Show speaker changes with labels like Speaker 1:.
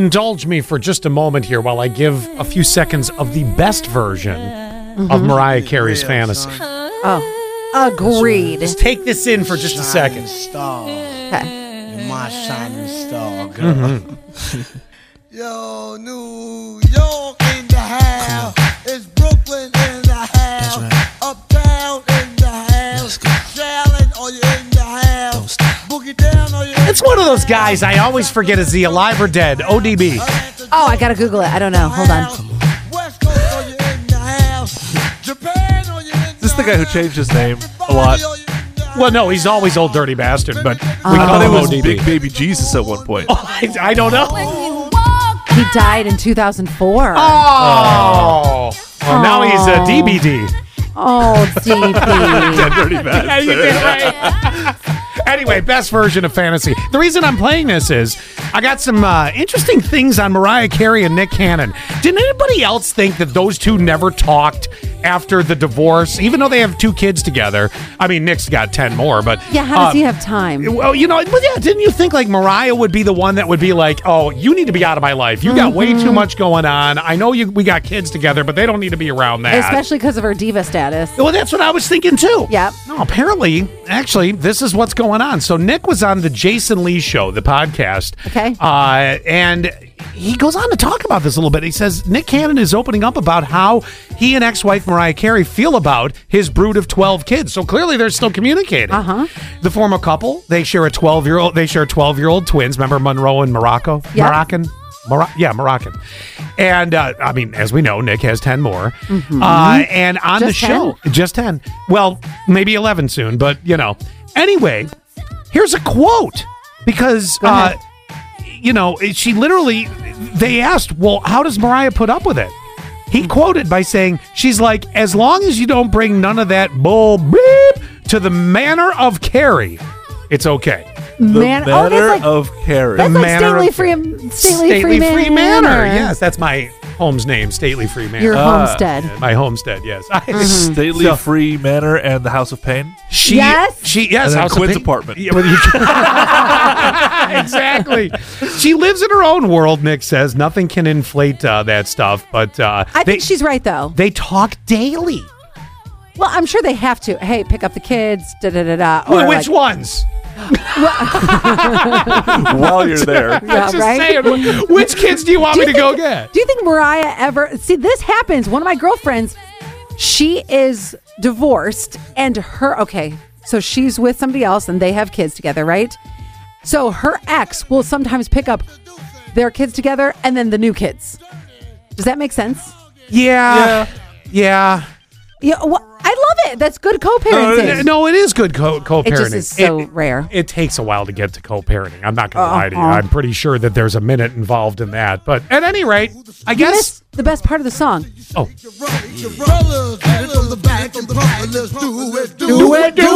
Speaker 1: indulge me for just a moment here while I give a few seconds of the best version of Mariah Carey's
Speaker 2: Real
Speaker 1: fantasy.
Speaker 2: son.
Speaker 3: Oh, agreed.
Speaker 1: Just take this in for just a
Speaker 2: Shining
Speaker 1: second.
Speaker 2: star. You're my shining star, girl.
Speaker 3: Mm-hmm.
Speaker 2: Yo, New York in the house. It's Brooklyn in the house. Uptown in the house. Shaolin, are you in the house? Boogie down, are you in
Speaker 1: It's one of those guys I always forget is he alive or dead? ODB.
Speaker 3: Oh, I gotta Google it. I don't know. Hold on.
Speaker 2: West Coast, are you in the house? Japan, are you in the house?
Speaker 4: This is the guy who changed his name a lot.
Speaker 1: Well, no, he's always old dirty bastard, but we
Speaker 4: I
Speaker 1: call
Speaker 4: thought it
Speaker 1: him
Speaker 4: was
Speaker 1: ODB.
Speaker 4: Big Baby Jesus at one point.
Speaker 1: I, I don't know.
Speaker 4: Oh.
Speaker 3: He died in 2004. Oh,
Speaker 1: Oh, Well, now he's a
Speaker 3: Oh.
Speaker 1: DBD.
Speaker 3: DP.
Speaker 4: Dead dirty
Speaker 1: Yeah, you did
Speaker 4: bastard.
Speaker 1: right. anyway, best version of fantasy. The reason I'm playing this is I got some uh, interesting things on Mariah Carey and Nick Cannon. Did anybody else think that those two never talked after the divorce, even though they have two kids together? I mean, Nick's got 10 more, but.
Speaker 3: Yeah, how does
Speaker 1: uh,
Speaker 3: he have time?
Speaker 1: well, you know, well, yeah, didn't you think like Mariah would be the one that would be like, "Oh, you need to be out of my life. You got way
Speaker 3: Mm-hmm.
Speaker 1: too much going on. I know you we got kids together, but they don't need to be around that."
Speaker 3: Especially because of her diva status.
Speaker 1: Well, that's what I was thinking too.
Speaker 3: Yep.
Speaker 1: No, apparently, actually, this is what's going on. So Nick was on the Jason Lee show, the podcast.
Speaker 3: Okay.
Speaker 1: Uh, and he goes on to talk about this a little bit. He says Nick Cannon is opening up about how he and ex-wife Mariah Carey feel about his brood of 12 kids. So clearly they're still communicating.
Speaker 3: Uh-huh.
Speaker 1: The former couple, they share a 12-year-old, they share 12-year-old twins, remember Monroe and Morocco?
Speaker 3: Yep.
Speaker 1: Moroccan? Moro- yeah, Moroccan. And uh, I mean, as we know, Nick has 10 more.
Speaker 3: Mm-hmm.
Speaker 1: Uh, and on the
Speaker 3: Just
Speaker 1: show, just 10. Well, maybe 11 soon, but you know. Anyway, here's a quote because, uh,
Speaker 3: ahead.
Speaker 1: you know, she literally, they asked, well, how does Mariah put up with it? He quoted by saying, she's like, as long as you don't bring none of that bull beep to the manner of Carrie, it's okay.
Speaker 4: The
Speaker 3: Man, oh,
Speaker 4: manner
Speaker 3: that's like,
Speaker 4: of Carrie.
Speaker 3: that's like
Speaker 1: manner
Speaker 3: Stately
Speaker 1: of-
Speaker 3: Free, Stately Free Manor.
Speaker 1: Yes, Uh, that's my home's name, Stately Free Manor.
Speaker 3: Your
Speaker 4: Ah.
Speaker 3: homestead. Mm-hmm.
Speaker 1: my homestead, yes.
Speaker 4: Stately
Speaker 1: So-
Speaker 4: Free Manor and the House of Pain.
Speaker 1: She,
Speaker 3: Yes?
Speaker 1: She, yes.
Speaker 4: And then
Speaker 1: House of
Speaker 4: Quinn's
Speaker 1: Pink.
Speaker 4: apartment.
Speaker 1: Yeah, well, you- exactly. She lives in her own world, Nick says. Nothing can inflate uh, that stuff, but uh,
Speaker 3: I
Speaker 1: they,
Speaker 3: think she's right, though.
Speaker 1: they talk daily.
Speaker 3: Well, I'm sure they have to. Hey, pick up the kids, da da da da. Or
Speaker 1: Which
Speaker 3: like,
Speaker 1: ones?
Speaker 4: While you're there,
Speaker 3: Yeah,
Speaker 1: I'm just
Speaker 3: right?
Speaker 1: saying, wh- which kids do you want
Speaker 3: Do
Speaker 1: me
Speaker 3: you
Speaker 1: to go
Speaker 3: think-
Speaker 1: get?
Speaker 3: Do you think Mariah ever see this happens? One of my girlfriends, she is divorced and her okay, so she's with somebody else and they have kids together, right? So her ex will sometimes pick up their kids together and then the new kids. Does that make sense?
Speaker 1: Yeah. Yeah. Uh,
Speaker 3: Yeah, well, I love it. That's good co-parenting.
Speaker 1: No, it is good co- co-parenting.
Speaker 3: it just is so
Speaker 1: It-
Speaker 3: rare.
Speaker 1: it takes a while to get to co-parenting. I'm not going to lie to you.
Speaker 3: Uh-uh.
Speaker 1: I'm pretty sure that there's a minute involved in that. But at any rate, I
Speaker 3: You
Speaker 1: guess.
Speaker 3: missed the best part of the song.
Speaker 1: Oh,
Speaker 2: Fellas, get it from the back and proper, let's do it, do,
Speaker 1: Do it, do